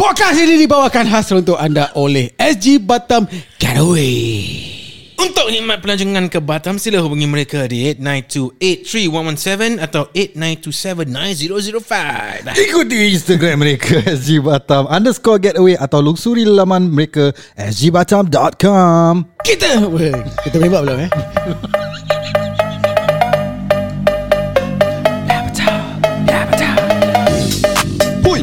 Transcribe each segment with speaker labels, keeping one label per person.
Speaker 1: Podcast ini dibawakan khas untuk anda oleh SG Batam Getaway.
Speaker 2: Untuk khidmat pelancongan ke Batam, sila hubungi mereka di 892-83117 atau 8927-9005.
Speaker 3: Ikuti Instagram mereka SG Batam underscore getaway atau lungsuri laman mereka sgbatam.com.
Speaker 1: Kita Weh, Kita memang belum eh
Speaker 3: Hui.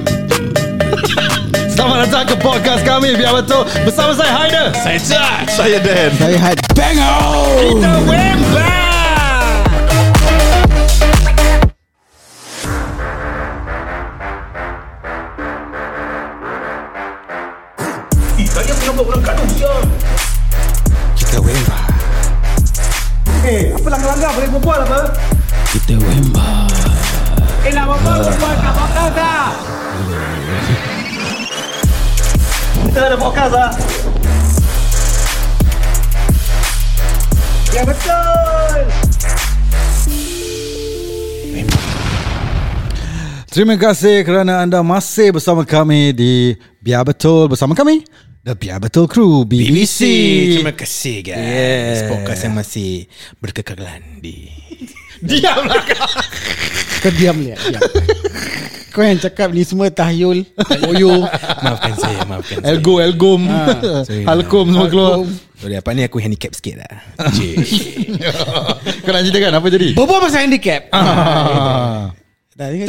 Speaker 3: Selamat datang ke podcast kami Biar betul Bersama saya Haider
Speaker 2: Saya Zat.
Speaker 4: Saya Dan
Speaker 1: Saya had Bango
Speaker 3: Terima kasih kerana anda masih bersama kami Di Biar Betul Bersama kami The Biar Betul Crew BBC,
Speaker 2: BBC. Terima kasih guys.
Speaker 3: Yeah.
Speaker 2: Podcast yang masih berkekalan di...
Speaker 3: Diamlah
Speaker 1: lah
Speaker 3: kau
Speaker 1: Kau diam ni diam. Kau yang cakap ni semua tahyul Ah. Boyo
Speaker 2: Maafkan saya, maafkan saya.
Speaker 3: Elgo, Elgom
Speaker 2: Sorry,
Speaker 3: Halkom semua keluar
Speaker 1: Halkom.
Speaker 2: Sorry, apa ni aku handicap sikit lah.
Speaker 3: Kau nak ceritakan apa jadi?
Speaker 1: Bobo pasal handicap
Speaker 3: Ah.
Speaker 2: Dah, tengok.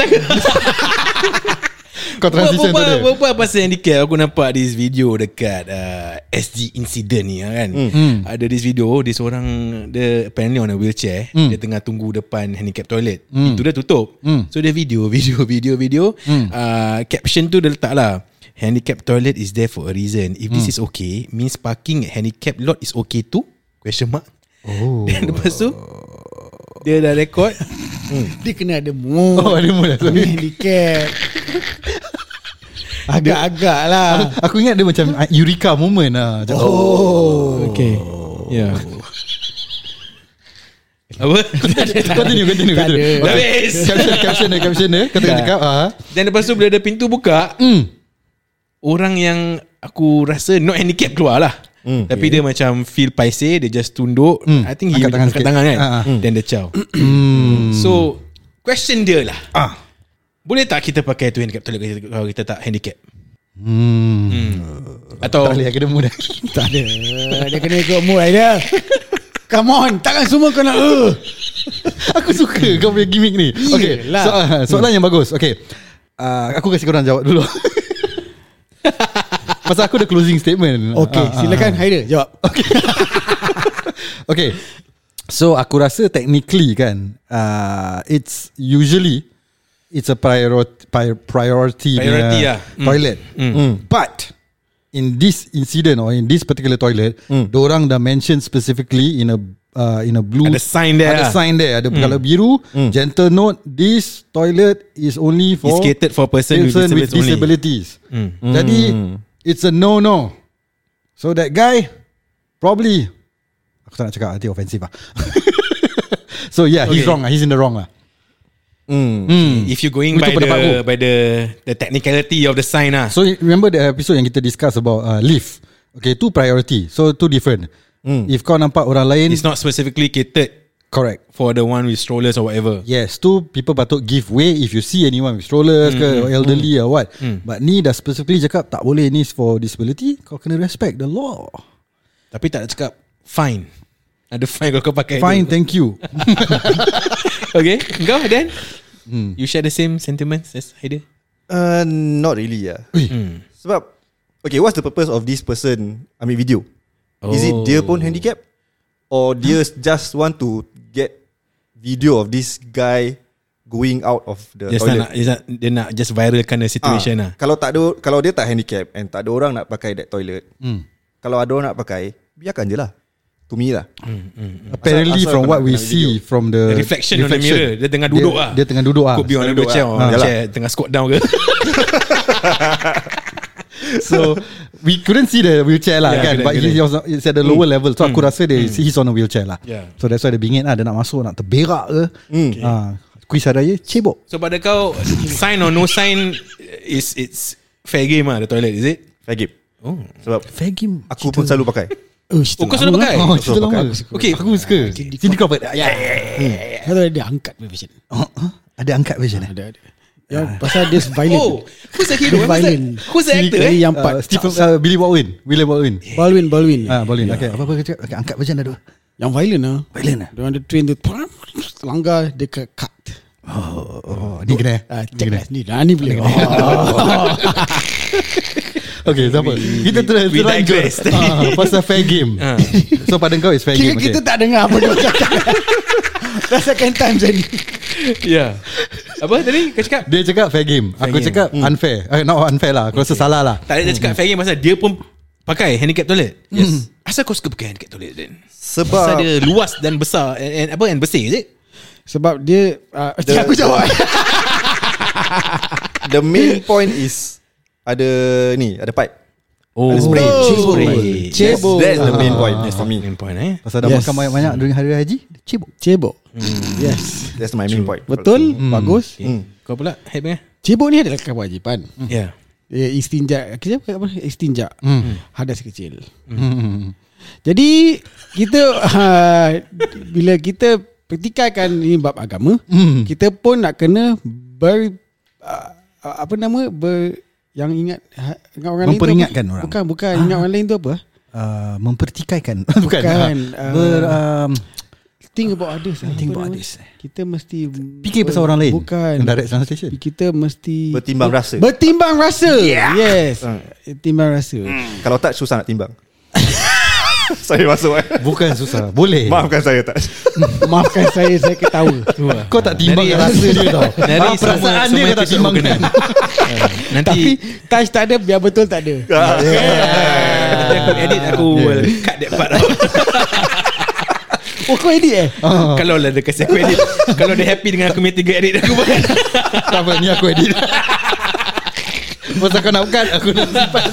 Speaker 3: Kau transition tu dia
Speaker 2: Berbual pasal handicap Aku nampak this video Dekat uh, SG incident ni kan
Speaker 3: Hmm.
Speaker 1: Hmm.
Speaker 2: mm. Ada this video Dia seorang Dia apparently on a wheelchair
Speaker 1: Hmm.
Speaker 2: Dia tengah tunggu depan handicap toilet Itu dia tutup So dia video Video video video
Speaker 1: Hmm.
Speaker 2: uh, Caption tu dia letak lah Handicap toilet is there for a reason If
Speaker 1: Hmm.
Speaker 2: this is okay Means parking at handicap lot is okay too Question mark oh. Dan lepas tu Dia dah record
Speaker 3: Hmm.
Speaker 1: Dia kena ada mood
Speaker 3: Oh dia mula
Speaker 1: Ni handicap Agak-agak lah
Speaker 3: Aku ingat dia macam uh, Eureka moment lah Macam, oh.
Speaker 1: Okay
Speaker 3: Ya.
Speaker 2: Yeah Apa?
Speaker 3: Continue, continue, continue.
Speaker 1: Tak ada.
Speaker 3: Okay.
Speaker 2: Dah habis.
Speaker 3: Caption, caption dia, caption dia Kata
Speaker 2: Dah.
Speaker 3: cakap ah.
Speaker 2: Dan lepas tu bila ada pintu buka
Speaker 3: Hmm.
Speaker 2: Orang yang aku rasa not handicap keluar lah mm, Tapi dia macam feel paiseh Dia just tunduk
Speaker 3: Hmm.
Speaker 2: I think he
Speaker 3: Angkat tangan
Speaker 2: angkat
Speaker 3: sikit.
Speaker 2: tangan kan
Speaker 3: Ah, ah.
Speaker 2: Then dia chow So question dia lah
Speaker 3: Ah.
Speaker 2: Boleh tak kita pakai tu handicap toilet kalau kita- Kalau kita tak handicap
Speaker 3: Hmm.
Speaker 2: Atau
Speaker 3: Tak boleh aku dah muda.
Speaker 1: Tak ada
Speaker 3: Eh,
Speaker 1: Dia kena ikut mood dia Come on Takkan semua kau nak uh.
Speaker 3: aku suka kau punya gimmick ni. Okey.
Speaker 1: Yelah.
Speaker 3: Soalan, soalan yang bagus. Okey. Uh, aku kasi korang jawab dulu. Pasal aku ada closing statement.
Speaker 1: Okay
Speaker 3: Ah, ah,
Speaker 1: silakan
Speaker 3: ah.
Speaker 1: Haider jawab
Speaker 3: Okay. So aku rasa technically kan uh, it's usually it's a priority priority,
Speaker 2: Priority
Speaker 3: punya
Speaker 2: lah. Mm.
Speaker 3: toilet.
Speaker 2: Mm.
Speaker 3: But in this incident or in this particular toilet, mm. orang dah mention specifically in a uh, in a blue
Speaker 2: Ada sign there
Speaker 3: Ada
Speaker 2: lah.
Speaker 3: sign there. Ada mm. kalau biru, mm. gentle note this toilet is only for
Speaker 2: It's catered for person with
Speaker 3: person with
Speaker 2: disabilities only. Hmm.
Speaker 3: disabilities. Jadi it's a no no. So that guy probably aku tak nak cakap nanti offensive lah. so yeah, he's
Speaker 2: Okay.
Speaker 3: wrong lah. He's in the wrong lah.
Speaker 2: If you going
Speaker 3: Itu
Speaker 2: by
Speaker 3: pendapat
Speaker 2: the,
Speaker 3: aku.
Speaker 2: by the The technicality of the sign lah
Speaker 3: So remember the episode yang kita discuss about uh, leave. Okay, two priority. So two different. If kau nampak orang lain,
Speaker 2: It's not specifically catered
Speaker 3: correct.
Speaker 2: For the one with strollers or whatever
Speaker 3: Yes, tu people patut give way if you see anyone with strollers mm,
Speaker 2: Hmm,
Speaker 3: ke or elderly mm, or what. Mm. But ni dah specifically cakap tak boleh ni is for disability. Kau kena respect the law.
Speaker 2: Tapi tak nak cakap Fine Ada fine kalau kau pakai
Speaker 3: Fine,
Speaker 2: tu.
Speaker 3: thank you.
Speaker 2: Okay Kau Dan hmm. You share the same sentiments As Haider
Speaker 4: uh, Not really lah
Speaker 2: Hmm.
Speaker 4: Sebab Okay what's the purpose of this person Ambil video oh. Is it dia pun handicap Or dia just want to Get Video of this guy Going out of the
Speaker 2: Just nak, nak,
Speaker 4: toilet
Speaker 2: just nak, Dia nak just viralkan The
Speaker 4: Ah,
Speaker 2: situation lah
Speaker 4: Kalau tak ada Kalau dia tak handicap And tak ada orang nak pakai that toilet
Speaker 3: Hmm.
Speaker 4: Kalau ada orang nak pakai Biarkan je lah To me lah
Speaker 3: Apparently
Speaker 4: Asal- asal
Speaker 3: from
Speaker 4: kau
Speaker 3: what
Speaker 4: nak
Speaker 3: we
Speaker 4: kena
Speaker 3: see
Speaker 4: video.
Speaker 3: from the
Speaker 2: Reflection, on the mirror Dia tengah
Speaker 3: dia,
Speaker 2: duduk lah
Speaker 3: Dia tengah duduk lah.
Speaker 2: Could be on a
Speaker 4: Duduk
Speaker 2: wheelchair
Speaker 4: lah.
Speaker 2: Or on a
Speaker 4: Yalah.
Speaker 2: chair Tengah squat down ke
Speaker 3: So we couldn't see the wheelchair lah
Speaker 2: Yeah,
Speaker 3: yeah, kan
Speaker 2: correct,
Speaker 3: But he,
Speaker 2: correct.
Speaker 3: he was, it's at the lower level So aku rasa dia He's on a wheelchair lah
Speaker 2: Mm. Yeah. Mm.
Speaker 3: So that's why dia bingit lah Dia nak masuk Nak terberak ke ah, Kuis hari raya Cebok
Speaker 2: So pada kau Sign or no sign Is it's fair game lah the toilet is it?
Speaker 4: Fair game
Speaker 2: Oh.
Speaker 4: Sebab
Speaker 3: Fair game
Speaker 4: aku pun selalu pakai
Speaker 1: Oh, cerita
Speaker 2: Oh, kau selalu
Speaker 1: lama
Speaker 2: pakai? Ah,
Speaker 1: lah.
Speaker 3: Oh cerita
Speaker 4: Aku
Speaker 3: lama
Speaker 2: Okay.
Speaker 3: Aku suka Cindy Crawford Ya ya ya
Speaker 1: Kau tahu dia angkat punya version
Speaker 3: Oh, huh? Ada angkat version eh?
Speaker 1: Ada ada Ya, pasal dia violent
Speaker 2: Oh, who's the hero? Who's the,
Speaker 1: Violent.
Speaker 2: who's the actor? Eh?
Speaker 1: Jadi yang
Speaker 3: Uh,
Speaker 1: part
Speaker 3: Stephen, uh, Billy Baldwin William Baldwin
Speaker 1: Balwin Balwin
Speaker 3: Ah, Baldwin Okay apa-apa kau cakap okay, Angkat version ada dua
Speaker 1: Ya. Yang violent lah
Speaker 3: Violent lah
Speaker 1: Dia orang dia train tu Langgar dekat cut
Speaker 3: Oh, oh, ni kena eh?
Speaker 1: Ah,
Speaker 3: Ni
Speaker 1: Check
Speaker 3: kena
Speaker 1: lah ni dah Ni boleh Oh.
Speaker 3: Okay siapa Kita ter-
Speaker 2: we Ah.
Speaker 3: terlanjur
Speaker 2: digress.
Speaker 3: Ah, Pasal fair game So pada kau is fair
Speaker 1: Kira
Speaker 3: game okay.
Speaker 1: kita tak dengar apa dia cakap Dah second time jadi
Speaker 2: Yeah. Apa tadi kau cakap?
Speaker 3: Dia cakap fair game Aku
Speaker 2: game.
Speaker 3: cakap unfair eh, Not unfair lah Aku rasa salah lah
Speaker 2: Tak ada cakap fair game pasal dia pun pakai handicap toilet. Yes. Asal kau suka pakai handicap toilet then? Pasal
Speaker 4: Sebab
Speaker 2: dia luas dan besar and, and apa and bersih is it?
Speaker 1: Sebab dia uh,
Speaker 3: ah,
Speaker 1: Aku jawab
Speaker 4: The main point is Ada ni Ada pipe
Speaker 2: Oh,
Speaker 4: Ada spray.
Speaker 2: cebol.
Speaker 1: Cebol.
Speaker 4: That's,
Speaker 1: Cebol.
Speaker 4: that's the Ah. main point
Speaker 2: That's
Speaker 4: That's for me
Speaker 2: main point eh.
Speaker 3: Pasal dah
Speaker 1: Ah. Yes.
Speaker 3: makan banyak-banyak During hari raya haji dia Cibuk
Speaker 1: Cebok
Speaker 3: Hmm.
Speaker 1: Yes
Speaker 4: That's my main point
Speaker 1: Betul Bagus
Speaker 2: Okay. Kau pula head eh?
Speaker 1: Cebok ni adalah kewajipan
Speaker 2: Yeah.
Speaker 1: Ya, istinja. Kita apa? apa? Istinja. Hmm. Hadas kecil. Hmm. Jadi kita uh, bila kita pertikaikan ini bab agama, hmm. kita pun nak kena ber uh, apa nama ber yang ingat ha- ingat orang lain tu apa?
Speaker 3: Memperingatkan orang. Ah.
Speaker 1: Bukan bukan ingat orang lain tu apa?
Speaker 3: uh, Mempertikaikan Bukan,
Speaker 1: Bukan,
Speaker 3: ah. Ber um,
Speaker 1: Think about others. lah.
Speaker 3: Think about
Speaker 1: Apa nama?
Speaker 3: others.
Speaker 1: Kita mesti
Speaker 3: Fikir pasal orang lain
Speaker 1: Bukan.
Speaker 3: Direct translation
Speaker 1: Kita mesti
Speaker 4: Bertimbang rasa.
Speaker 1: Bertimbang rasa. Yes. Timbang rasa.
Speaker 4: Kalau tak susah nak timbang Saya masuk eh
Speaker 3: Bukan susah Boleh
Speaker 4: Maafkan saya tak
Speaker 1: Maafkan saya saya ketawa.
Speaker 3: Kau tak timbang
Speaker 2: Dari-
Speaker 3: rasa dia tau
Speaker 2: Dari
Speaker 3: Ah, Perasaan dia
Speaker 2: semua- semua
Speaker 3: kau tak
Speaker 2: episode
Speaker 3: timbang
Speaker 2: berkenaan. Ah, Nanti
Speaker 1: Tapi touch tak ada biar betul tak ada.
Speaker 3: Ya.
Speaker 2: Nanti aku edit Aku will cut that part out
Speaker 1: Oh kau edit eh?
Speaker 2: Kalau lah dia kasi aku edit Kalau dia happy dengan aku punya tiga edit Aku buat
Speaker 3: Tak apa ni aku edit Pasal kau nak bukan Aku nak simpan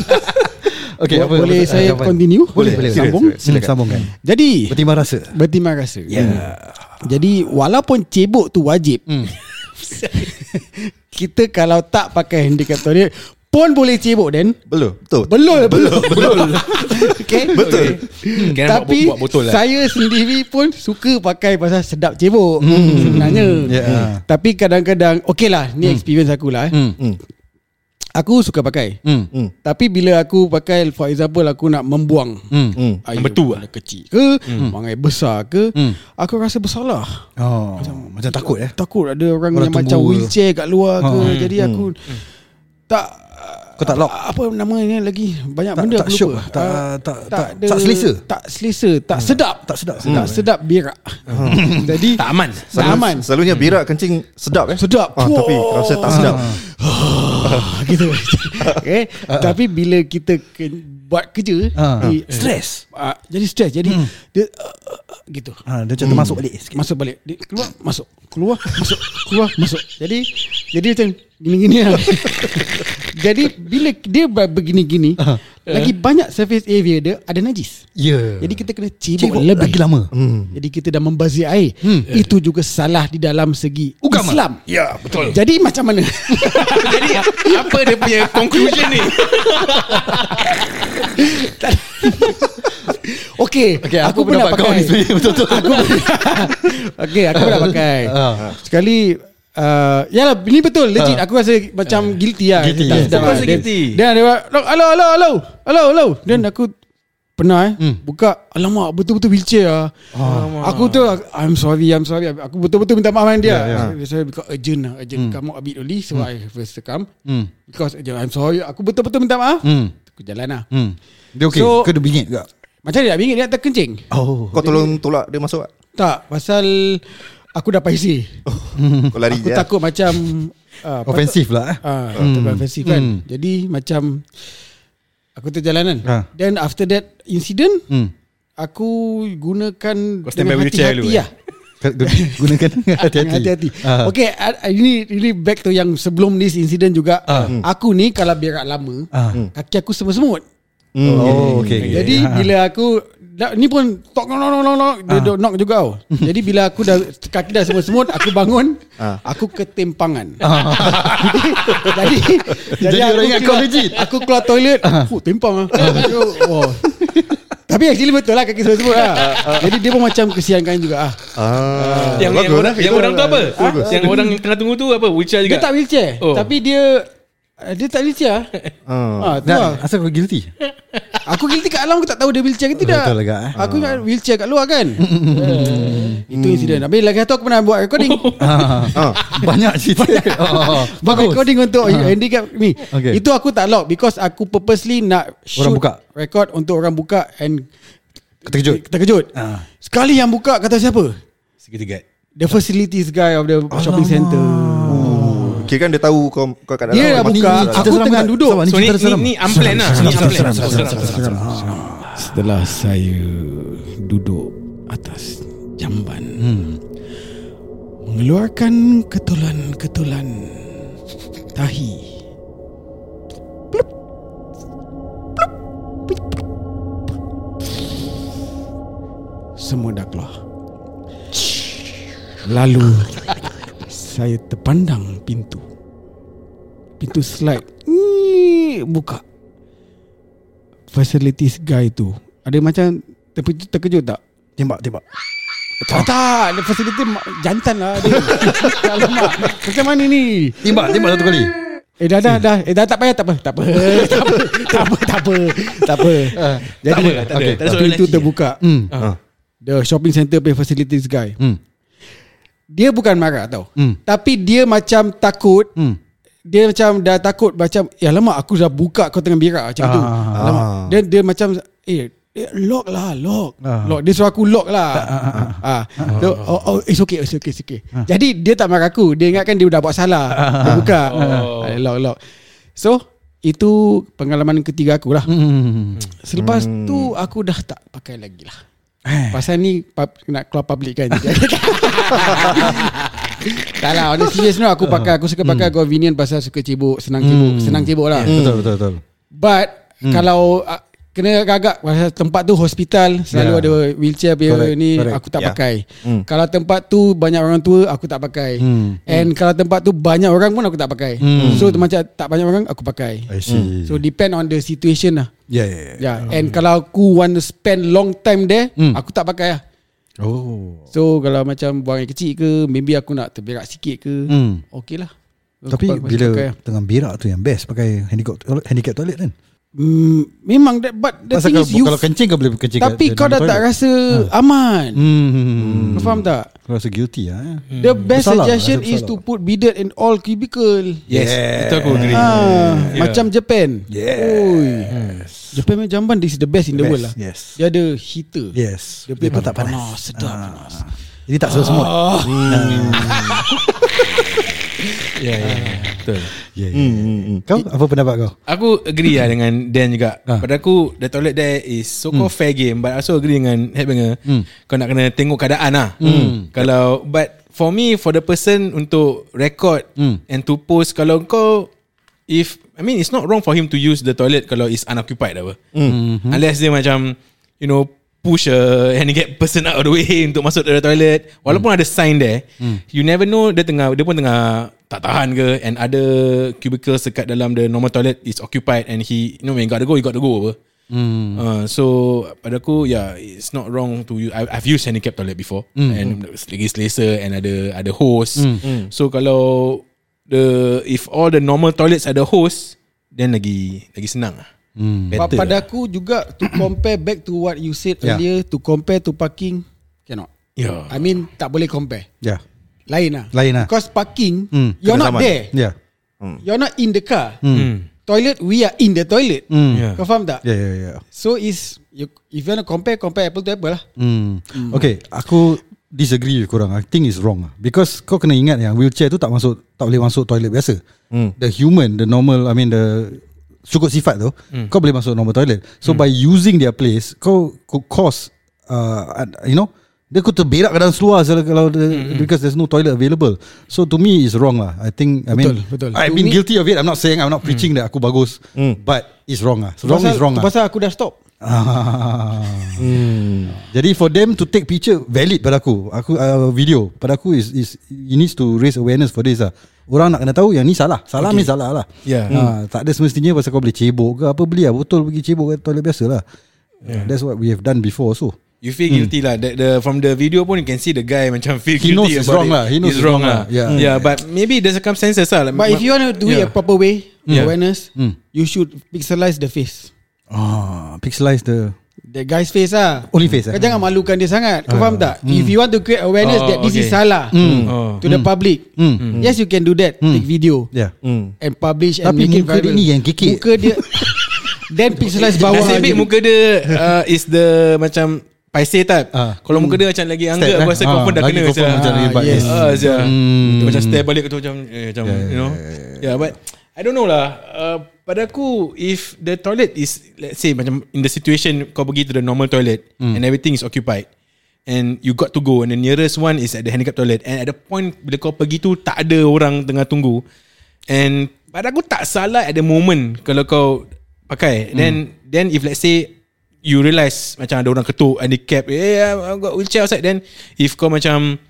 Speaker 3: Okay
Speaker 1: Bo-
Speaker 3: apa, apa-
Speaker 1: boleh saya
Speaker 3: apa-
Speaker 1: continue?
Speaker 3: Boleh boleh
Speaker 1: Silakan.
Speaker 3: Sambung
Speaker 4: Silakan.
Speaker 3: Hmm, Sambungkan
Speaker 1: Jadi
Speaker 3: Bertimbang rasa
Speaker 1: bertimbang rasa. Yeah. Jadi walaupun cebok tu wajib. kita kalau tak pakai handicap toilet pun boleh cebok dan
Speaker 4: Belum Betul
Speaker 1: belum belum belum. okay.
Speaker 4: Betul
Speaker 2: Hmm, Kena
Speaker 1: Tapi
Speaker 2: buat, buat botol lah
Speaker 1: saya sendiri pun suka pakai pasal sedap cebok hmm. sebenarnya.
Speaker 3: Ya.
Speaker 1: Hmm. Tapi kadang-kadang okey lah ni experience aku lah eh.
Speaker 3: Hmm.
Speaker 4: Hmm.
Speaker 1: Aku suka pakai.
Speaker 3: Hmm
Speaker 4: Hmm.
Speaker 1: Tapi bila aku pakai for example aku nak membuang
Speaker 3: Hmm
Speaker 4: Hmm.
Speaker 1: air
Speaker 2: Membetu
Speaker 1: warna kecil ke, hmm. buang air besar ke,
Speaker 3: Hmm.
Speaker 1: aku rasa bersalah.
Speaker 3: Oh Macam, macam takut eh
Speaker 1: Takut ada orang,
Speaker 3: Orang
Speaker 1: yang macam
Speaker 3: tunggu ke.
Speaker 1: wheelchair kat luar ke.
Speaker 3: Ha.
Speaker 1: Jadi aku tak
Speaker 3: Kau tak lock?
Speaker 1: apa namanya lagi banyak
Speaker 3: Tak-
Speaker 1: benda
Speaker 3: tak
Speaker 1: aku
Speaker 3: syok
Speaker 1: lupa.
Speaker 3: lah. Tak-
Speaker 1: Ah,
Speaker 3: tak- tak- tak selesa. Hmm.
Speaker 1: Tak selesa, tak sedap.
Speaker 3: Tak sedap Hmm.
Speaker 1: Tak sedap birak. Jadi
Speaker 2: Tak aman
Speaker 1: tak
Speaker 4: Selalu-
Speaker 1: aman.
Speaker 4: Selalunya birak kencing sedap eh
Speaker 1: Sedap.
Speaker 4: ah, Tapi
Speaker 1: Wow.
Speaker 4: rasa tak sedap
Speaker 1: Ah, gitu. okay. Tapi bila kita ke, buat kerja,
Speaker 3: Ah. Hmm.
Speaker 1: di-
Speaker 3: Stress
Speaker 1: Ah, jadi stress. Jadi dia uh, uh, uh, gitu.
Speaker 3: ha, Dia macam termasuk balik sikit
Speaker 1: Masuk balik. Dia keluar, masuk. Keluar, masuk. Keluar, masuk. Jadi jadi macam gini-gini lah. jadi bila dia buat begini-gini, lagi banyak surface area dia ada najis.
Speaker 3: Ya
Speaker 1: Jadi kita kena cibuk,
Speaker 3: Cebok
Speaker 1: lebih
Speaker 3: lagi lama.
Speaker 1: hmm. Jadi kita dah membazir air hmm. Itu juga salah di dalam segi
Speaker 3: Ugama.
Speaker 1: Islam
Speaker 2: Ya betul
Speaker 1: Jadi macam mana?
Speaker 2: Jadi apa dia punya conclusion ni
Speaker 1: Okey,
Speaker 3: Okay,
Speaker 1: okay, aku, pun
Speaker 3: dapat
Speaker 1: nak
Speaker 3: kau
Speaker 1: pakai.
Speaker 3: ni sebenarnya betul-betul.
Speaker 1: Aku Okey, aku pun nak pakai.
Speaker 3: Ah.
Speaker 1: Sekali Uh, yalah ni betul legit aku rasa macam guilty lah
Speaker 3: Guilty, yes.
Speaker 1: sedap
Speaker 2: Aku
Speaker 1: lah.
Speaker 2: rasa
Speaker 1: Then-
Speaker 2: guilty.
Speaker 1: then dia buat, hello hello hello hello hello then aku pernah eh buka alamak betul-betul wheelchair ah aku tu I'm sorry I'm sorry aku betul-betul minta maaf dengan dia yeah, yeah. because urgent lah urgent come out a bit early so I first come because urgent I'm sorry aku betul-betul minta maaf
Speaker 3: Hmm
Speaker 1: aku jalan lah
Speaker 3: Hmm Dia okay
Speaker 1: So-
Speaker 3: Kau dia bingit juga
Speaker 1: macam dia nak bingit dia nak terkencing
Speaker 3: Oh
Speaker 4: Kau tolong tolak dia masuk tak
Speaker 1: Tak Pasal Aku dah paisi
Speaker 4: Kau lari
Speaker 1: Aku
Speaker 4: je, eh?
Speaker 1: takut macam uh,
Speaker 3: Offensif lah eh
Speaker 1: Ah, hmm. Offensive kan
Speaker 3: Hmm.
Speaker 1: Jadi macam Aku terjalanan
Speaker 3: Ha.
Speaker 1: Then after that Incident
Speaker 3: Hmm
Speaker 1: Aku gunakan
Speaker 2: Kau stand by
Speaker 1: Dengan
Speaker 2: wheelchair
Speaker 1: hati-hati
Speaker 2: dulu, eh?
Speaker 1: lah
Speaker 3: Gunakan hati-hati
Speaker 1: Dengan hati-hati
Speaker 3: Ah.
Speaker 1: Okay ah, ini, ini back to yang Sebelum this incident juga
Speaker 3: Ah.
Speaker 1: Aku ni Kalau berak lama
Speaker 3: Ah. Hmm.
Speaker 1: Kaki aku semut-semut
Speaker 3: Oh okay, okay.
Speaker 1: Jadi bila aku dah- Ni pun Tok knock knock knock knock
Speaker 3: Ah.
Speaker 1: Dia dok knock juga tau Jadi bila aku dah Kaki dah semut-semut Aku bangun
Speaker 3: Ah.
Speaker 1: Aku ketimpangan Jadi
Speaker 3: Jadi
Speaker 1: aku
Speaker 3: orang ingat kau
Speaker 1: keluar-
Speaker 3: legit. Ah.
Speaker 1: Aku keluar toilet Aku timpang lah Wow. Tapi actually betul lah Kaki semut-semut
Speaker 3: Ah,
Speaker 1: lah Jadi dia pun macam Kesiankan juga ah.
Speaker 4: Ah,
Speaker 2: Yang, yang,
Speaker 4: bagus
Speaker 2: orang,
Speaker 4: lah.
Speaker 2: yang
Speaker 4: Kita
Speaker 2: orang tu apa?
Speaker 4: bagus.
Speaker 2: Yang orang yang tengah tunggu tu apa? Wheelchair
Speaker 1: Dia
Speaker 2: juga?
Speaker 1: tak wheelchair
Speaker 2: Oh.
Speaker 1: Tapi dia eh, Dia tak wheelchair
Speaker 4: Ah.
Speaker 1: ah, tu lah.
Speaker 3: Nah, asal kau guilty?
Speaker 1: Aku guilty kat alam Aku tak tahu dia wheelchair ke tidak
Speaker 3: Betul lah, Kak, eh.
Speaker 1: Aku ingat wheelchair kat luar kan Eh, Itu insiden Habis lagi satu aku pernah buat recording
Speaker 4: Ah.
Speaker 3: Banyak cerita. Oh, Ah.
Speaker 1: Buat recording untuk handicap ni
Speaker 3: Okay.
Speaker 1: Itu aku tak lock Because aku purposely nak shoot
Speaker 3: Orang buka.
Speaker 1: Record untuk orang buka And
Speaker 3: Terkejut.
Speaker 1: terkejut
Speaker 3: Ah.
Speaker 1: Sekali yang buka kata siapa?
Speaker 2: Seketegat.
Speaker 1: The facilities guy of the shopping centre
Speaker 4: Kira kan dia tahu kau, kau kat dalam
Speaker 1: Dia dah
Speaker 4: masuk
Speaker 1: buka
Speaker 4: dalam.
Speaker 3: cerita
Speaker 1: Aku
Speaker 3: seram
Speaker 1: tengah
Speaker 3: kan?
Speaker 1: duduk
Speaker 3: Sabar,
Speaker 2: So ni,
Speaker 3: cerita
Speaker 2: ni,
Speaker 3: seram.
Speaker 2: ni unplanned lah. Ni unplanned.
Speaker 3: Seram, seram, seram, seram,
Speaker 2: Seram, seram.
Speaker 3: seram.
Speaker 1: Setelah saya duduk atas jamban hmm. Mengeluarkan ketulan-ketulan tahi Semua dah keluar Lalu saya terpandang pintu Pintu slide Nyii, Buka facilities guy tu ada macam terkejut, terkejut tak?
Speaker 3: Tembak, tembak.
Speaker 1: Tak tak Dia facility ma- Jantan lah dia Alamak Macam mana ni
Speaker 3: Tembak, tembak satu kali.
Speaker 1: Eh dah dah dah Eh dah tak payah tak apa Tak apa Tak apa Tak apa Tak apa, tak apa.
Speaker 2: Ah, Tak apa, tak ada. Tak ada soalan
Speaker 1: Pintu
Speaker 2: lelaki.
Speaker 1: terbuka Ah.
Speaker 3: Hmm.
Speaker 1: The shopping center punya facilities guy
Speaker 3: Hmm.
Speaker 1: Dia bukan marah tau
Speaker 3: Hmm.
Speaker 1: Tapi dia macam takut
Speaker 3: Hmm.
Speaker 1: Dia macam dah takut Macam Eh alamak aku dah buka Kau tengah berak Macam tu
Speaker 3: Ah.
Speaker 1: Alamak Dia, dia macam Eh eh, Lock lah Lock
Speaker 3: Ah.
Speaker 1: lock. Dia suruh aku lock lah ah. So, oh, oh, It's okay It's okay, it's okay.
Speaker 3: Ah.
Speaker 1: Jadi dia tak marah aku Dia ingatkan dia dah buat salah Dia buka
Speaker 2: Oh.
Speaker 1: Ah, Lock lock So Itu pengalaman ketiga aku lah
Speaker 3: Hmm. Eh.
Speaker 1: Selepas tu Aku dah tak pakai lagi lah Pasal ni pub, Nak keluar public kan Tak lah On a serious note Aku pakai Aku
Speaker 3: Hmm.
Speaker 1: suka pakai convenient Pasal suka cibuk Senang cibuk Senang cibuk lah
Speaker 3: Betul, betul, betul.
Speaker 1: But hmm. kalau uh, kena agak pasal tempat tu hospital selalu
Speaker 3: Yeah.
Speaker 1: yeah. ada wheelchair biar
Speaker 3: Correct,
Speaker 1: ni
Speaker 3: correct.
Speaker 1: aku tak
Speaker 4: Yeah.
Speaker 1: yeah. pakai.
Speaker 4: Hmm.
Speaker 1: Hmm. Kalau tempat tu banyak orang tua aku tak pakai.
Speaker 3: Hmm.
Speaker 1: Hmm. And hmm. kalau tempat tu banyak orang pun aku tak pakai. Hmm. So macam tak banyak orang aku pakai.
Speaker 3: I see.
Speaker 1: So depend on the situation lah.
Speaker 3: yeah, yeah, yeah.
Speaker 1: Yeah. And kalau aku want to spend long time there, hmm. aku tak pakai lah.
Speaker 3: Oh.
Speaker 1: So kalau macam buang air kecil ke, maybe aku nak terberak sikit ke,
Speaker 3: Hmm.
Speaker 1: hmm. okay lah. Aku
Speaker 3: Tapi
Speaker 1: pa-
Speaker 3: bila
Speaker 1: pakai lah.
Speaker 3: tengah berak tu yang best pakai handicap toilet, handicap toilet kan.
Speaker 1: Hmm, memang that, but the
Speaker 3: Pasal
Speaker 1: thing
Speaker 3: kalau,
Speaker 1: is you
Speaker 3: kalau kencing kau boleh kencing
Speaker 1: Tapi
Speaker 3: kat
Speaker 1: kau dah
Speaker 3: dalam
Speaker 1: tak
Speaker 3: toilet.
Speaker 1: rasa aman.
Speaker 3: Hmm.
Speaker 1: Kau faham tak?
Speaker 3: Kau rasa guilty ah. eh?
Speaker 1: The best
Speaker 3: Bersalah,
Speaker 1: suggestion
Speaker 3: rasa
Speaker 1: is
Speaker 3: bersalah.
Speaker 1: to put bidet in all cubicle.
Speaker 2: Yes, itu aku agree.
Speaker 1: Ah,
Speaker 2: Yeah.
Speaker 1: macam Japan.
Speaker 3: Yes.
Speaker 1: Oi. Japan punya jamban this is the best in the,
Speaker 3: Best,
Speaker 1: world lah.
Speaker 3: yes.
Speaker 1: Dia ada heater.
Speaker 3: Yes.
Speaker 1: Dia punya
Speaker 3: tak panas. Ah.
Speaker 1: panas. panas. Ah. Sedap panas.
Speaker 3: Jadi tak semua.
Speaker 2: Ya, ya, ya. Betul.
Speaker 3: Yeah,
Speaker 1: Hmm,
Speaker 3: yeah. Kau apa pendapat
Speaker 1: Eh.
Speaker 3: kau?
Speaker 2: Aku agree lah dengan Dan juga
Speaker 3: Ah.
Speaker 2: Pada aku The toilet there is So called fair game But I also agree dengan Headbanger Kau nak kena tengok keadaan lah Kalau But for me For the person Untuk record And to post Kalau kau If I mean it's not wrong for him to use the toilet Kalau it's unoccupied apa Unless dia macam You know Push a handicap person out of the way Untuk masuk to the toilet Walaupun ada sign there You never know Dia tengah Dia pun tengah Tak tahan ke And ada Cubicles dekat dalam The normal toilet Is occupied And he You know when you got to go You got to go apa Uh, so pada aku yeah it's not wrong to use I, I've used handicap toilet before and lagi selesa and ada ada hose so kalau the if all the normal toilets ada hose then lagi lagi senang lah
Speaker 1: Pa-
Speaker 2: better
Speaker 1: Pada
Speaker 2: lah.
Speaker 1: aku juga to compare back to what you said
Speaker 3: Yeah.
Speaker 1: earlier to compare to parking cannot.
Speaker 2: yeah
Speaker 1: I mean tak boleh compare.
Speaker 3: Ya. Yeah.
Speaker 1: Lain lah.
Speaker 3: Lain lah.
Speaker 1: Because parking
Speaker 3: Hmm.
Speaker 1: you're
Speaker 4: Kena
Speaker 1: not
Speaker 4: saman.
Speaker 1: there.
Speaker 3: Ya.
Speaker 1: You're not in the car.
Speaker 2: Hmm.
Speaker 1: Toilet we are in the toilet.
Speaker 3: Hmm.
Speaker 2: Yeah.
Speaker 1: Kau faham tak?
Speaker 3: Ya, ya, ya.
Speaker 1: So is you, if you want to compare compare apple to apple lah.
Speaker 3: Hmm. Okay, aku disagree with korang. I think it's wrong. lah. Because kau kena ingat yang wheelchair tu tak masuk tak boleh masuk toilet biasa. The human, the normal, I mean the cukup sifat tu,
Speaker 1: Hmm.
Speaker 3: kau boleh masuk normal toilet. So by using their place, kau could cause uh, you know dia could terberak ke dalam seluar sel- kalau the,
Speaker 1: Hmm.
Speaker 3: because there's no toilet available. So to me it's wrong lah. I think I mean
Speaker 1: Betul, betul.
Speaker 3: I've
Speaker 1: To
Speaker 3: been
Speaker 1: me- Hmm.
Speaker 3: guilty of it. I'm not saying I'm not preaching that aku bagus, but it's wrong lah. So wrong
Speaker 1: pasal,
Speaker 3: is wrong lah.
Speaker 1: tu pasal aku dah stop.
Speaker 3: Ah. Jadi for them to take picture valid pada aku, aku uh, video pada aku is is you needs to raise awareness for this lah. Orang nak kena tahu yang ni salah. Salah okay. ni salah lah.
Speaker 2: Yeah.
Speaker 3: Ah, tak ada semestinya pasal kau boleh cebok ke apa beli lah. Botol pergi cebok ke toilet biasa lah. Yeah. That's what we have done before so.
Speaker 2: You feel guilty lah. That the from the video pun you can see the guy macam
Speaker 3: Hmm.
Speaker 2: feel
Speaker 3: He
Speaker 2: guilty
Speaker 3: knows it's
Speaker 2: about
Speaker 3: wrong
Speaker 2: it.
Speaker 3: lah. He knows
Speaker 2: it's
Speaker 3: it's
Speaker 2: wrong
Speaker 3: wrong
Speaker 2: lah.
Speaker 3: lah. Yeah.
Speaker 2: yeah, but maybe the circumstances lah. Like,
Speaker 1: But if you want to do
Speaker 2: yeah.
Speaker 1: it a proper way,
Speaker 2: Yeah.
Speaker 1: awareness,
Speaker 3: Hmm.
Speaker 1: you should pixelize the face.
Speaker 3: Ah, pixelize the
Speaker 1: The guy's face lah.
Speaker 3: only face.
Speaker 1: Kau
Speaker 3: Eh?
Speaker 1: jangan malukan dia
Speaker 3: Ah.
Speaker 1: sangat. Kau faham tak?
Speaker 3: Hmm.
Speaker 1: If you want to create awareness
Speaker 2: Oh,
Speaker 1: that this is
Speaker 2: okay.
Speaker 1: salah
Speaker 2: Oh.
Speaker 1: to the public, Mm. yes you can do that. Take video
Speaker 3: Hmm. Yeah.
Speaker 4: Hmm.
Speaker 1: and publish and
Speaker 3: Tapi
Speaker 1: make it
Speaker 3: muka dia
Speaker 1: viral.
Speaker 3: ni yang kekek.
Speaker 1: Muka dia then pixelize bawah.
Speaker 2: Nasib baik muka dia uh, is the macam paiseh type.
Speaker 3: Ah.
Speaker 2: Kalau muka dia macam lagi angga,
Speaker 3: Step,
Speaker 2: aku
Speaker 3: eh?
Speaker 2: rasa kau
Speaker 3: Ah,
Speaker 2: pun dah
Speaker 3: lagi
Speaker 2: kena
Speaker 3: kau pun macam lagi
Speaker 2: Ah,
Speaker 3: bad.
Speaker 2: yes.
Speaker 3: Yes.
Speaker 2: Ah, Zia.
Speaker 3: Hmm.
Speaker 2: Itu macam stare balik tu macam, eh, macam you know. Yeah, but I don't know lah. Uh, pada aku, if the toilet is, let's say macam in the situation kau pergi to the normal toilet and everything is occupied, And you got to go And the nearest one Is at the handicap toilet And at the point Bila kau pergi tu Tak ada orang Tengah tunggu And Pada aku tak salah At the moment Kalau kau Pakai Then Then if let's say You realise Macam ada orang ketuk Handicap Eh yeah, I got wheelchair outside Then If kau macam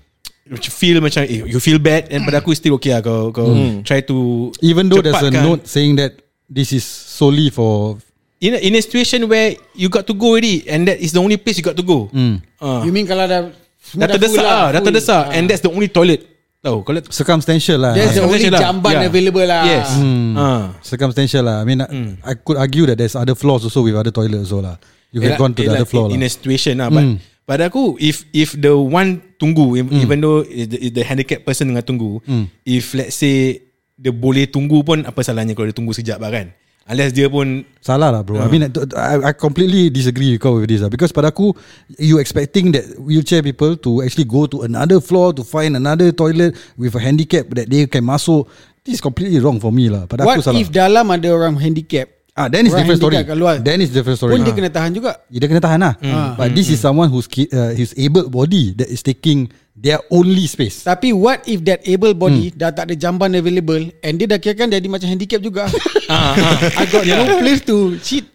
Speaker 2: macam Feel macam eh, You feel bad And pada aku still okay lah Kau, kau try to
Speaker 3: Hmm. Even though there's a
Speaker 2: cepatkan.
Speaker 3: note saying that this is solely for
Speaker 2: in a, in a situation where You got to go already And that is the only place You got to go
Speaker 3: Hmm.
Speaker 2: Ah.
Speaker 1: You mean kalau dah semua
Speaker 2: Dah terdesak
Speaker 1: full
Speaker 2: lah Dah
Speaker 1: full.
Speaker 2: terdesak
Speaker 1: Ah.
Speaker 2: And that's the only toilet
Speaker 3: Oh,
Speaker 2: Tahu kalau
Speaker 3: circumstantial lah.
Speaker 1: That's the
Speaker 2: Ah,
Speaker 1: only
Speaker 2: circumstantial lah.
Speaker 1: jamban
Speaker 2: Yeah.
Speaker 1: available lah.
Speaker 2: Yes hmm. uh.
Speaker 3: circumstantial lah. I mean,
Speaker 1: Hmm.
Speaker 3: mm. I could argue that there's other flaws also with other toilets also lah. You could have gone to the other floor
Speaker 2: in, in
Speaker 3: lah.
Speaker 2: a situation lah But
Speaker 3: Hmm.
Speaker 2: pada aku If if the one tunggu if- Even though if the, if the handicapped person Tengah tunggu
Speaker 3: Hmm.
Speaker 2: If let's say Dia boleh tunggu pun Apa salahnya Kalau dia tunggu sekejap lah kan Unless dia pun
Speaker 3: Salah lah bro. I mean, I, I completely disagree with kau with this lah. Because pada aku, you expecting that wheelchair people to actually go to another floor to find another toilet with a handicap that they can masuk. This is completely wrong for me lah. Pada aku
Speaker 1: What
Speaker 3: salah.
Speaker 1: if dalam ada orang handicap?
Speaker 3: ah, then is
Speaker 1: orang
Speaker 3: different story.
Speaker 1: handicap kat luar?
Speaker 3: Then is different story.
Speaker 1: Pun dia
Speaker 3: Ah.
Speaker 1: kena Hmm. tahan juga.
Speaker 3: Dia kena tahan lah But this is someone Who's ki- uh, his able body That is taking Their only space
Speaker 1: Tapi what if that able body
Speaker 3: Hmm.
Speaker 1: dah tak ada jamban available and dia dah kirakan jadi macam handicap juga.
Speaker 2: ah, ah.
Speaker 1: I got no place to cheat.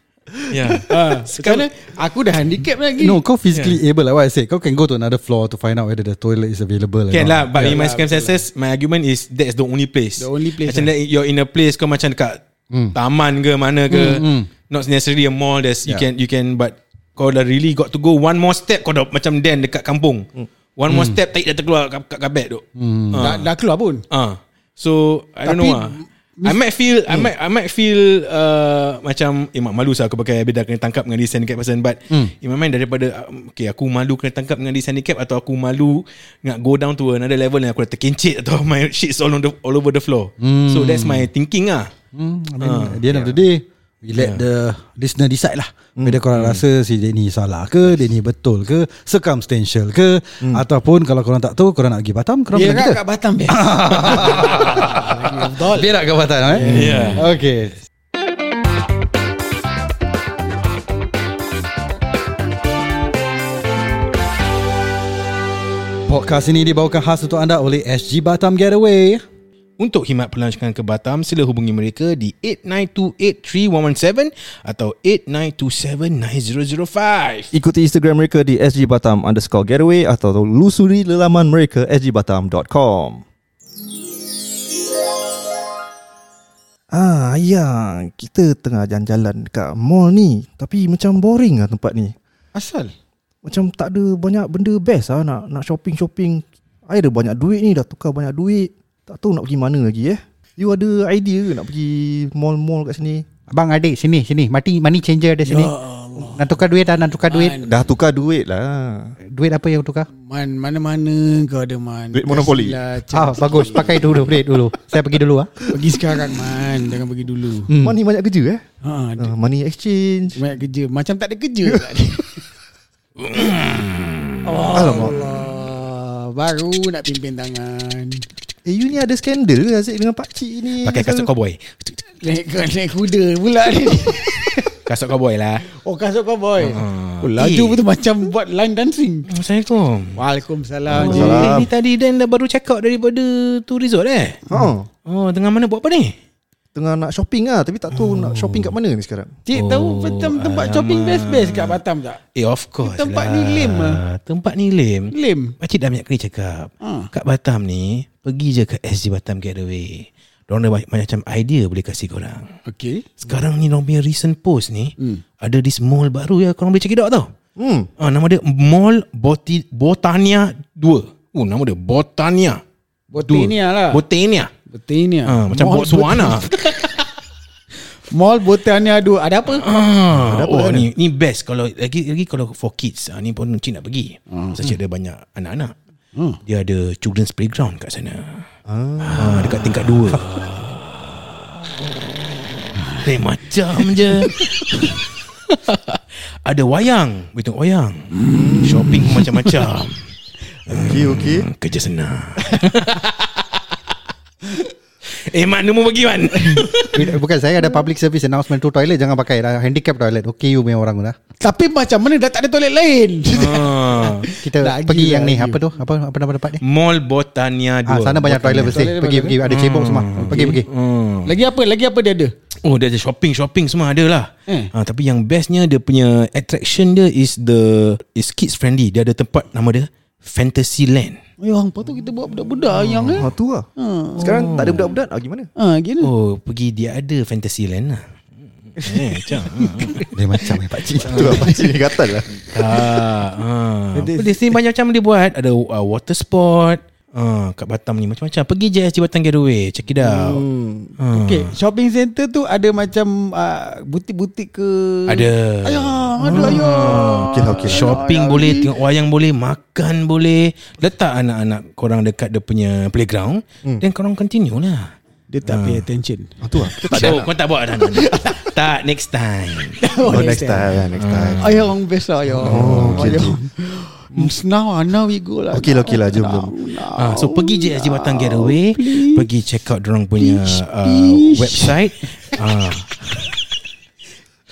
Speaker 2: Yeah.
Speaker 1: Ha, sekarang aku dah handicap lagi.
Speaker 2: Eh.
Speaker 3: No kau physically able Like what I said Kau can go to another floor To find out whether The toilet is available or
Speaker 2: Can lah
Speaker 3: not.
Speaker 1: Ya
Speaker 2: But in my circumstances My argument is That's the only place
Speaker 1: The only place
Speaker 2: Macam
Speaker 1: Hmm. lah.
Speaker 2: like You're in a place Kau macam dekat Taman ke mana
Speaker 1: Hmm,
Speaker 2: ke Not necessarily a mall There's You
Speaker 1: Ya.
Speaker 3: Yeah.
Speaker 2: can you can But Kau dah really got to go One more step Kau dah macam Dan dekat kampung
Speaker 1: Hmm.
Speaker 2: One more step Taik dah terkeluar Kat, kat kabet tu
Speaker 1: Dah, dah keluar pun.
Speaker 2: Ah, so I don't
Speaker 1: Tapi,
Speaker 2: know ah. I might feel I might I might feel uh, macam eh mak malu sah aku pakai beda kena tangkap dengan this handicap person but in my mind daripada um, okay aku malu kena tangkap dengan this handicap atau aku malu nak go down to another level and aku dah terkencit atau my shit's all on the all over the floor. So that's my thinking ah.
Speaker 3: Hmm, I mean, At the end of the day We let the Listener decide lah
Speaker 2: Hmm,
Speaker 3: Whether korang rasa Si dia ni salah ke Dia ni betul ke Circumstantial ke
Speaker 2: Hmm.
Speaker 3: Ataupun Kalau korang tak tahu Korang nak pergi Batam Korang pergi
Speaker 1: Dia kat
Speaker 3: kita
Speaker 1: kat Batam best. Betul.
Speaker 3: Berak ke Batam eh
Speaker 2: Yeah.
Speaker 3: Okay Podcast ini dibawakan khas untuk anda oleh SG Batam Getaway.
Speaker 2: Untuk himat pelancongan ke Batam, sila hubungi mereka di 89283117 atau 89279005.
Speaker 4: Ikuti Instagram mereka di sgbatam underscore getaway atau lusuri lelaman mereka sgbatam.com. Ah, ayang, kita tengah jalan-jalan dekat mall ni. Tapi macam boring lah tempat ni.
Speaker 1: Asal.
Speaker 4: Macam tak ada banyak benda best lah nak, nak shopping-shopping. I ada banyak duit ni, dah tukar banyak duit. Tak tahu nak pergi mana lagi eh. You ada idea ke nak pergi mall-mall kat sini?
Speaker 5: Abang adik sini sini Mati money changer
Speaker 1: Ya
Speaker 5: ada sini Nak tukar duit tak Nak tukar duit
Speaker 4: Dah tukar duit lah.
Speaker 5: Duit apa yang tukar
Speaker 1: Man mana-mana kau ada man.
Speaker 4: Duit monopoli.
Speaker 1: Kasihlah, cek-
Speaker 5: Ah bagus pakai dulu duit dulu Saya pergi dulu ah.
Speaker 1: Pergi sekarang man, jangan pergi dulu.
Speaker 4: Hmm. Money banyak kerja eh.
Speaker 1: Ha,
Speaker 4: Uh, money exchange.
Speaker 1: banyak kerja. Macam tak ada kerja pula ni. Allah. Ah, Baru nak pimpin tangan.
Speaker 4: Eh you ni ada skandal ke Aziz dengan pakcik ni
Speaker 2: Pakai kasut cowboy.
Speaker 1: Naik, naik kuda pula ni.
Speaker 2: Kasut cowboy lah.
Speaker 1: Oh kasut kau boy.
Speaker 2: Ah.
Speaker 1: Oh, laju
Speaker 5: Eh.
Speaker 1: betul macam buat line dancing.
Speaker 2: Assalamualaikum.
Speaker 5: Ah.
Speaker 1: Waalaikumsalam.
Speaker 2: Oh,
Speaker 1: Ji.
Speaker 4: Salam.
Speaker 2: ni tadi Dan dah baru check out daripada tu resort eh?
Speaker 4: oh.
Speaker 2: Oh, tengah mana buat apa ni?
Speaker 4: Tengah nak shopping lah Tapi tak tahu
Speaker 2: Hmm.
Speaker 4: nak shopping kat mana ni sekarang
Speaker 1: Cik oh, tahu macam tempat shopping best-best kat Batam tak?
Speaker 2: Eh of course
Speaker 1: Tempat
Speaker 2: lah.
Speaker 1: ni lame lah.
Speaker 2: Tempat ni lame
Speaker 1: Lame.
Speaker 2: Pakcik dah banyak kali cakap
Speaker 1: Ha.
Speaker 2: Kat Batam ni Pergi je ke SG Batam Getaway Diorang ada banyak, macam idea boleh kasih korang
Speaker 1: Okay.
Speaker 2: Sekarang ni diorang punya recent post ni Ada this mall baru ya Korang boleh check it out tau
Speaker 4: Hmm
Speaker 2: Ah, Nama dia Mall Boti, Botania 2 Oh nama dia Botania
Speaker 1: Botania lah.
Speaker 2: Botania
Speaker 1: Botania.
Speaker 2: Ah, Macam
Speaker 1: Mall
Speaker 2: Botswana
Speaker 1: Bot- Mall Botania 2. Ada apa?
Speaker 2: Ah, oh ni ni best kalau lagi lagi kalau for kids ah, ni pun Cik nak pergi. Hmm. Saya cakap ada banyak anak-anak. Hmm. Dia ada children's playground kat sana. Ah. ah dekat tingkat 2. Lain Eh, macam je. ada wayang, boleh tengok wayang. Hmm. Shopping pun macam-macam.
Speaker 4: Okay okay
Speaker 2: Hmm, Kerja senang. eh Man, nombor bagi Man.
Speaker 5: Eh, Bukan saya ada public service announcement tu toilet jangan pakai dah handicap toilet. Okay you punya orang tu dah.
Speaker 1: Tapi macam mana dah tak ada toilet lain?
Speaker 2: ah.
Speaker 5: Kita
Speaker 1: Lagi,
Speaker 5: lagi pergi yang ni
Speaker 1: lagi.
Speaker 5: apa tu? Apa apa nama tempat ni?
Speaker 2: Mall Botania 2.
Speaker 5: Ah sana banyak toilet bersih.
Speaker 1: Toilet
Speaker 5: Pergi
Speaker 1: mana?
Speaker 5: pergi ada cebok semua. Pergi pergi.
Speaker 2: Ah.
Speaker 1: Lagi apa? Lagi apa dia ada?
Speaker 2: Oh dia ada shopping Shopping semua ada lah eh.
Speaker 1: Eh.
Speaker 2: ha, Tapi yang bestnya Dia punya attraction dia Is the Is kids friendly Dia ada tempat Nama dia Fantasyland
Speaker 1: Ya, hangpa tu kita buat budak-budak
Speaker 5: Ah.
Speaker 1: yang eh.
Speaker 4: Ha tu lah Sekarang tak ada budak-budak ah, Gimana
Speaker 1: Ha, gini.
Speaker 2: Oh pergi dia ada Fantasyland lah Eh macam
Speaker 3: Dia macam eh pakcik
Speaker 4: Tu lah pakcik ni gatal lah
Speaker 2: ha, ha. Apa Di sini banyak macam dia buat Ada uh, water sport ha, Kat Batam ni macam-macam Pergi je SG Batam Getaway Check it out ha.
Speaker 1: Okay, shopping center tu ada macam uh, butik-butik ke?
Speaker 2: Ada Ah.
Speaker 1: Ayah, ada ayah.
Speaker 4: Okay lah okay lah
Speaker 2: Shopping boleh Tengok wayang boleh Makan boleh Letak anak-anak korang Dekat dia punya playground Then korang continue lah
Speaker 1: Dia tak pay attention.
Speaker 4: Ha tu lah
Speaker 2: tak ada. Oh, kau tak buat dah. dah, dah. tak next time.
Speaker 4: Oh next time lah Next time
Speaker 1: Ayah orang best lah ayah. Oh,
Speaker 4: okay,
Speaker 1: ayah.
Speaker 4: okay.
Speaker 1: Mm, Now, now we go lah.
Speaker 4: Okay lah okay lah Jom
Speaker 1: Now,
Speaker 4: jom
Speaker 1: now.
Speaker 2: Ah, so pergi je SG Batang Getaway,
Speaker 1: Oh, please.
Speaker 2: pergi check out orang punya
Speaker 1: Please,
Speaker 2: uh,
Speaker 1: please.
Speaker 2: website. Ah,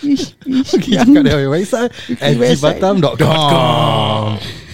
Speaker 1: Ish, ish,
Speaker 3: Cakap dia website
Speaker 4: eh,
Speaker 1: website.
Speaker 3: sgbatam.com